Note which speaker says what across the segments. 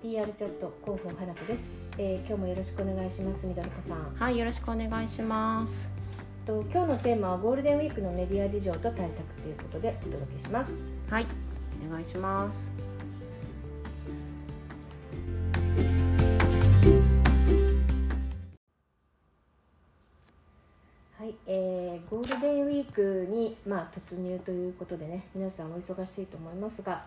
Speaker 1: PR チャット広報花子です、えー今日もよろしくお願いしますみどりこさん
Speaker 2: はい、よろしくお願いします。
Speaker 1: と今日のテーマはゴールデンウィークのメディア事情と対策ということでお届けします
Speaker 2: はい、お願いします。
Speaker 1: はい、えーゴールデンウィークに、まあ、突入ということでね皆さんお忙しいと思いますが、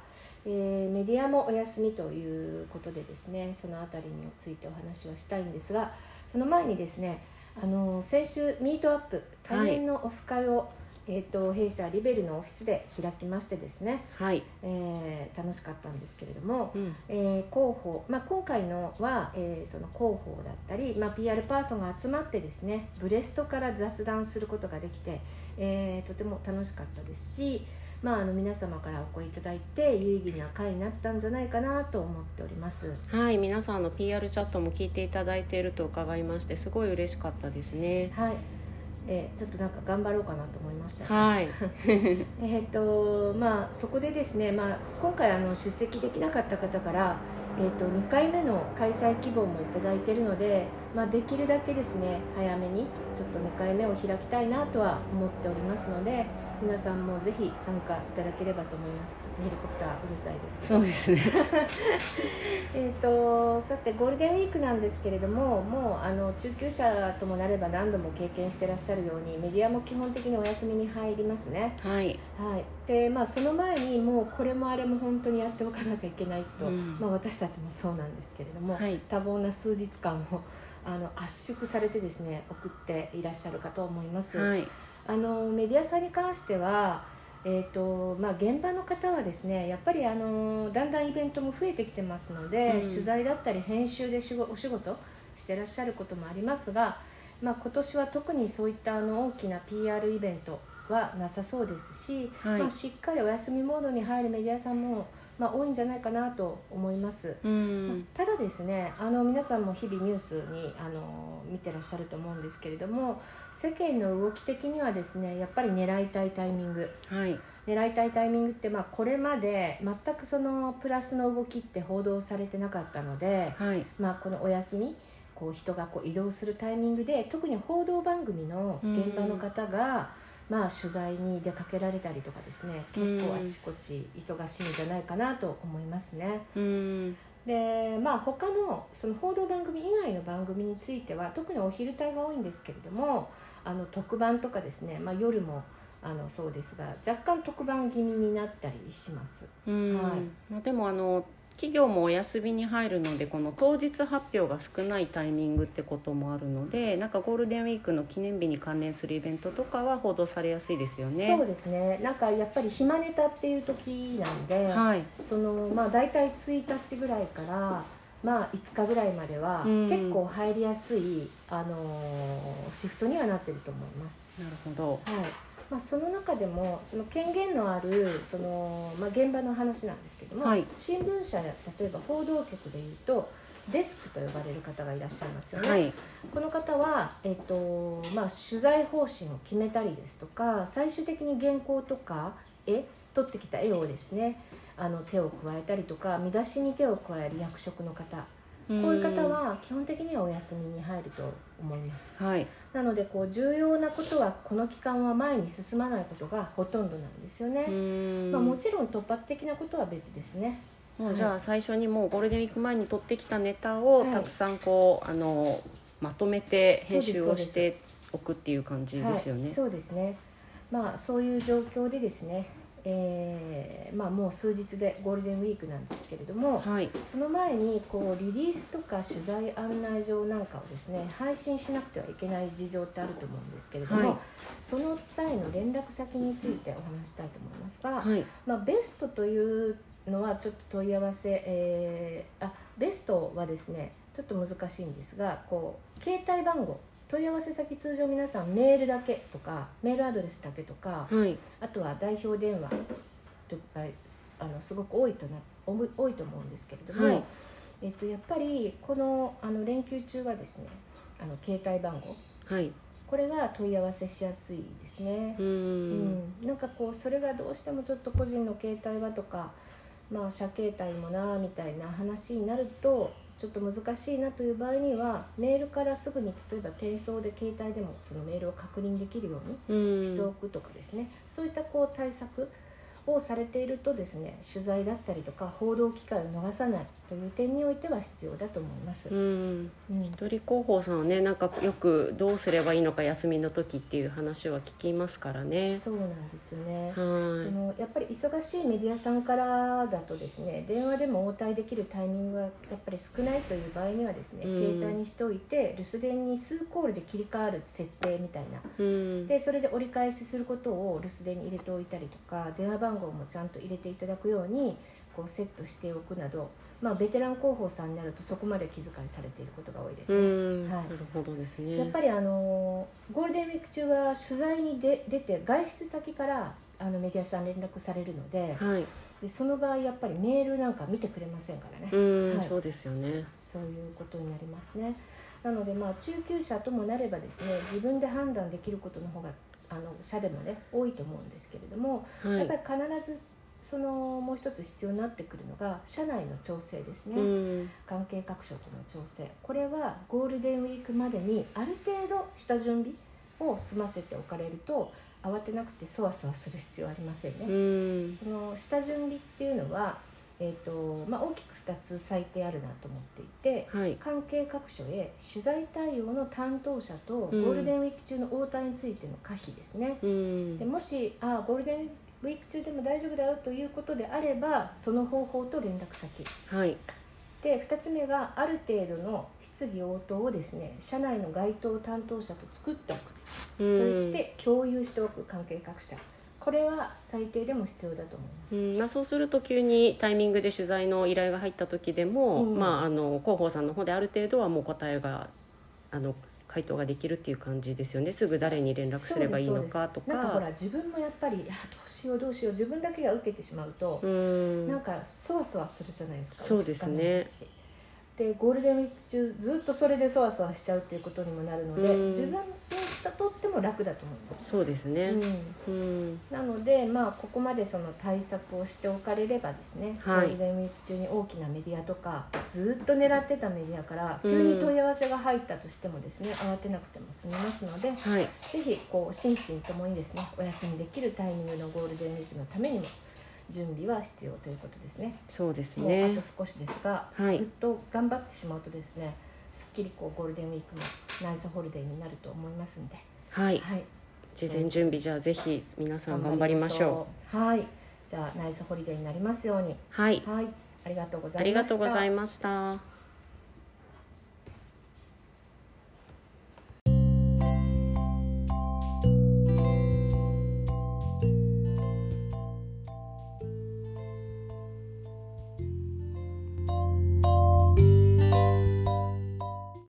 Speaker 1: えーメディアもお休みということでですねそのあたりについてお話をしたいんですがその前にですねあの先週ミートアップ対面のオフ会を、えー、と弊社リベルのオフィスで開きましてですね、
Speaker 2: はい、
Speaker 1: えー楽しかったんですけれども、
Speaker 2: うん、
Speaker 1: えー広報、まあ、今回のは、えーその広報だったり、まあ、PR パーソンが集まってですねブレストから雑談することができて、えーとても楽しかったですし、まあ、あの皆様からお声いただいて有意義な会になったんじゃないかなと思っております。
Speaker 2: はい、皆さんの PR チャットも聞いていただいていると伺いまして、すごい嬉しかったですね。
Speaker 1: はいえーちょっとなんか頑張ろうかなと思いました、
Speaker 2: はい、
Speaker 1: えーとまあ、そこでですね、まあ、今回あの出席できなかった方から、えー、と2回目の開催希望もいただいているので、まあ、できるだけですね早めにちょっと2回目を開きたいなとは思っておりますので皆さんもぜひ参加いただければと思いますちょっとヘリコプターうるさいですけど
Speaker 2: そうですね。
Speaker 1: えー、とさてゴールデンウィークなんですけれどももうあの中級者ともなれば何度も経験してらっしゃるようにメディアも基本的にお休みに入りますね。
Speaker 2: はい、
Speaker 1: はいでまあ、その前にもうこれもあれも本当にやっておかなきゃいけないと、
Speaker 2: うん
Speaker 1: まあ、私たちもそうなんですけれども、
Speaker 2: はい、
Speaker 1: 多忙な数日間をあの圧縮されてですね送っていらっしゃるかと思います、
Speaker 2: はい、
Speaker 1: あのメディアさんに関しては、えーとまあ、現場の方はですねやっぱりあのだんだんイベントも増えてきてますので、
Speaker 2: うん
Speaker 1: 取材だったり編集で仕事お仕事してらっしゃることもありますが、まあ、今年は特にそういったあの大きな PR イベントはなさそうですし、
Speaker 2: はい
Speaker 1: まあ、しっかりお休みモードに入るメディアさんも、まあ、多いんじゃないかなと思います。
Speaker 2: うん、
Speaker 1: ただですねあの皆さんも日々ニュースにあの見てらっしゃると思うんですけれども世間の動き的にはですねやっぱり狙いたいタイミング
Speaker 2: はい、
Speaker 1: 狙いたいタイミングって、まあ、これまで全くそのプラスの動きって報道されてなかったので、
Speaker 2: はい、
Speaker 1: まあ、このお休みこう人がこう移動するタイミングで特に報道番組の現場の方が、まあ、取材に出かけられたりとかですね結構あちこち忙しいんじゃないかなと思いますね。
Speaker 2: うん、
Speaker 1: でまあ他のその報道番組以外の番組については特にお昼帯が多いんですけれどもあの特番とかですね、まあ、夜もあのそうですが若干特番気味になったりします。
Speaker 2: うん、
Speaker 1: はい
Speaker 2: まあ、でも、あの。企業もお休みに入るのでこの当日発表が少ないタイミングってこともあるのでなんかゴールデンウィークの記念日に関連するイベントとかは報道されやすいですよね。
Speaker 1: そうですねなんかやっぱり暇ネタっていう時なんで、
Speaker 2: はい、
Speaker 1: そのまあ大体1日ぐらいから、まあ、5日ぐらいまでは
Speaker 2: うん
Speaker 1: 結構入りやすい、あのーシフトにはなってると思います。
Speaker 2: なるほど。
Speaker 1: はいまあ、その中でもその権限のあるその、まあ、現場の話なんですけども、
Speaker 2: はい
Speaker 1: 新聞社や例えば報道局でいうとデスクと呼ばれる方がいらっしゃいますよね、
Speaker 2: はい、
Speaker 1: この方は、えっとまあ、取材方針を決めたりですとか最終的に原稿とか絵撮ってきた絵をですねあの手を加えたりとか見出しに手を加える役職の方
Speaker 2: こう
Speaker 1: こういう方は基本的にはお休みに入ると思います。
Speaker 2: はい、
Speaker 1: なのでこう重要なことはこの期間は前に進まないことがほとんどなんですよね、
Speaker 2: ん
Speaker 1: まあ、もちろん突発的なことは別ですね
Speaker 2: もうじゃあ最初にもうゴールデンウィーク前に取ってきたネタを
Speaker 1: はい
Speaker 2: たくさんこうあのまとめて編集
Speaker 1: そう
Speaker 2: を
Speaker 1: です
Speaker 2: し
Speaker 1: そうで
Speaker 2: ておくっていう感じですよ
Speaker 1: は
Speaker 2: ね
Speaker 1: い、。そうですねまあそういう状況でですねえーまあ、もう数日でゴールデンウィークなんですけれども
Speaker 2: はい、
Speaker 1: その前にこうリリースとか取材案内状なんかをですね配信しなくてはいけない事情ってあると思うんですけれども、
Speaker 2: はい
Speaker 1: その際の連絡先についてお話したいと思いますが、
Speaker 2: はい、
Speaker 1: まあ、ベストというのはちょっと問い合わせ、えーあベストはですねちょっと難しいんですがこう携帯番号問い合わせ先通常皆さんメールだけとかメールアドレスだけとか
Speaker 2: はい、
Speaker 1: あとは代表電話とかあのすごく多いとな多い多いと思うんですけれども、
Speaker 2: はい
Speaker 1: えっと、やっぱりこのあの連休中はですねあの携帯番号
Speaker 2: はい、
Speaker 1: これが問い合わせしやすいですね。
Speaker 2: うーん、
Speaker 1: うん、なんかこうそれがどうしてもちょっと個人の携帯はとかまあ、社形態もなみたいな話になるとちょっと難しいなという場合にはメールからすぐに例えば転送で携帯でもそのメールを確認できるよう
Speaker 2: う
Speaker 1: にしてお
Speaker 2: ん、
Speaker 1: くとかですね、そういったこう対策をされているとですね取材だったりとか報道機会を逃さないという点においては必要だと思います。
Speaker 2: うん、
Speaker 1: うん
Speaker 2: 一人広報さんはねなんかよくどうすればいいのか休みの時っていう話は聞きますからね
Speaker 1: そうなんですよね、そ
Speaker 2: は
Speaker 1: のやっぱり忙しいメディアさんからだとですね電話でも応対できるタイミングがやっぱり少ないという場合にはですね、
Speaker 2: うん、
Speaker 1: 携帯にしておいて留守電に数コールで切り替わる設定みたいない
Speaker 2: うん、
Speaker 1: でそれで折り返しすることを留守電に入れておいたりとか電話番号もちゃんと入れていただくようにこうセットしておくなど、まあ、ベテラン広報さんになるとそこまで気遣いされていることが多いです
Speaker 2: う
Speaker 1: ね。
Speaker 2: ん、
Speaker 1: はい
Speaker 2: なるほどですね
Speaker 1: やっぱりあのゴールデンウィーク中は取材にで出て外出先からあのメディアさん連絡されるので
Speaker 2: はい、
Speaker 1: でその場合やっぱりメールなんか見てくれませんからね、
Speaker 2: うん、
Speaker 1: はい
Speaker 2: そうですよね
Speaker 1: そういうことになりますねなのでまあ中級者ともなればですね自分で判断できることの方があの社でもね多いと思うんですけれども、
Speaker 2: は
Speaker 1: やっ
Speaker 2: い、
Speaker 1: ぱり必ずそのもう一つ必要になってくるのが社内の調整ですね、
Speaker 2: うん、
Speaker 1: 関係各所との調整これはゴールデンウィークまでにある程度下準備を済ませておかれると慌てなくてそわそわする必要はありませんね、
Speaker 2: うん、
Speaker 1: その下準備っていうのは、えーとまあ、大きく2つ最低あるなと思っていて
Speaker 2: はい
Speaker 1: 関係各所へ取材対応の担当者とゴ
Speaker 2: うん
Speaker 1: ールデンウィーク中の応対についての可否ですね、
Speaker 2: うん
Speaker 1: でもしあーゴールデンウィーク中でも大丈夫だよということであればその方法と連絡先
Speaker 2: はい
Speaker 1: で2つ目がある程度の質疑応答をですね社内の該当担当者と作っておく
Speaker 2: そ
Speaker 1: それして共有しておく関係各社これは最低でも必要だと思います
Speaker 2: うんまあ、そうすると急にタイミングで取材の依頼が入った時でも、
Speaker 1: うん
Speaker 2: まあ、あの広報さんの方である程度はもう答えがあの回答ができるっていう感じですよねすぐ誰に連絡すればいいのかと
Speaker 1: なんかほら
Speaker 2: か。
Speaker 1: 自分もやっぱりいやどうしようどうしよう自分だけが受けてしまうと
Speaker 2: う、ん
Speaker 1: なんかそわそわするじゃないですか
Speaker 2: そうですね
Speaker 1: 落ち着かないしでゴールデンウィーク中ずっとそれでそわそわしちゃうっていうことにもなるので、
Speaker 2: うん
Speaker 1: 自分にとっても楽だと思います、
Speaker 2: そうですね、
Speaker 1: うん
Speaker 2: うん
Speaker 1: なので、まあ、ここまでその対策をしておかれればですね、
Speaker 2: はい
Speaker 1: ゴールデンウィーク中に大きなメディアとかずっと狙ってたメディアから
Speaker 2: うん
Speaker 1: 急に問い合わせが入ったとしてもですね、慌てなくても済みますので
Speaker 2: はい
Speaker 1: ぜひこう心身ともにですねお休みできるタイミングのゴールデンウィークのためにも準備は必要ということですね。
Speaker 2: そうです
Speaker 1: もうあ
Speaker 2: ね
Speaker 1: と少しですが、
Speaker 2: は
Speaker 1: ずっ
Speaker 2: い
Speaker 1: と頑張ってしまうとですねすっきりこうゴールデンウィークもナイスホリデーになると思いますので、
Speaker 2: はい
Speaker 1: はい、
Speaker 2: 事前準備じゃあぜひ皆さん頑張りましょ
Speaker 1: う。はい。じゃあナイスホリデーになりますように。
Speaker 2: うはい
Speaker 1: はい。ありがとうございました。
Speaker 2: ありがとうございました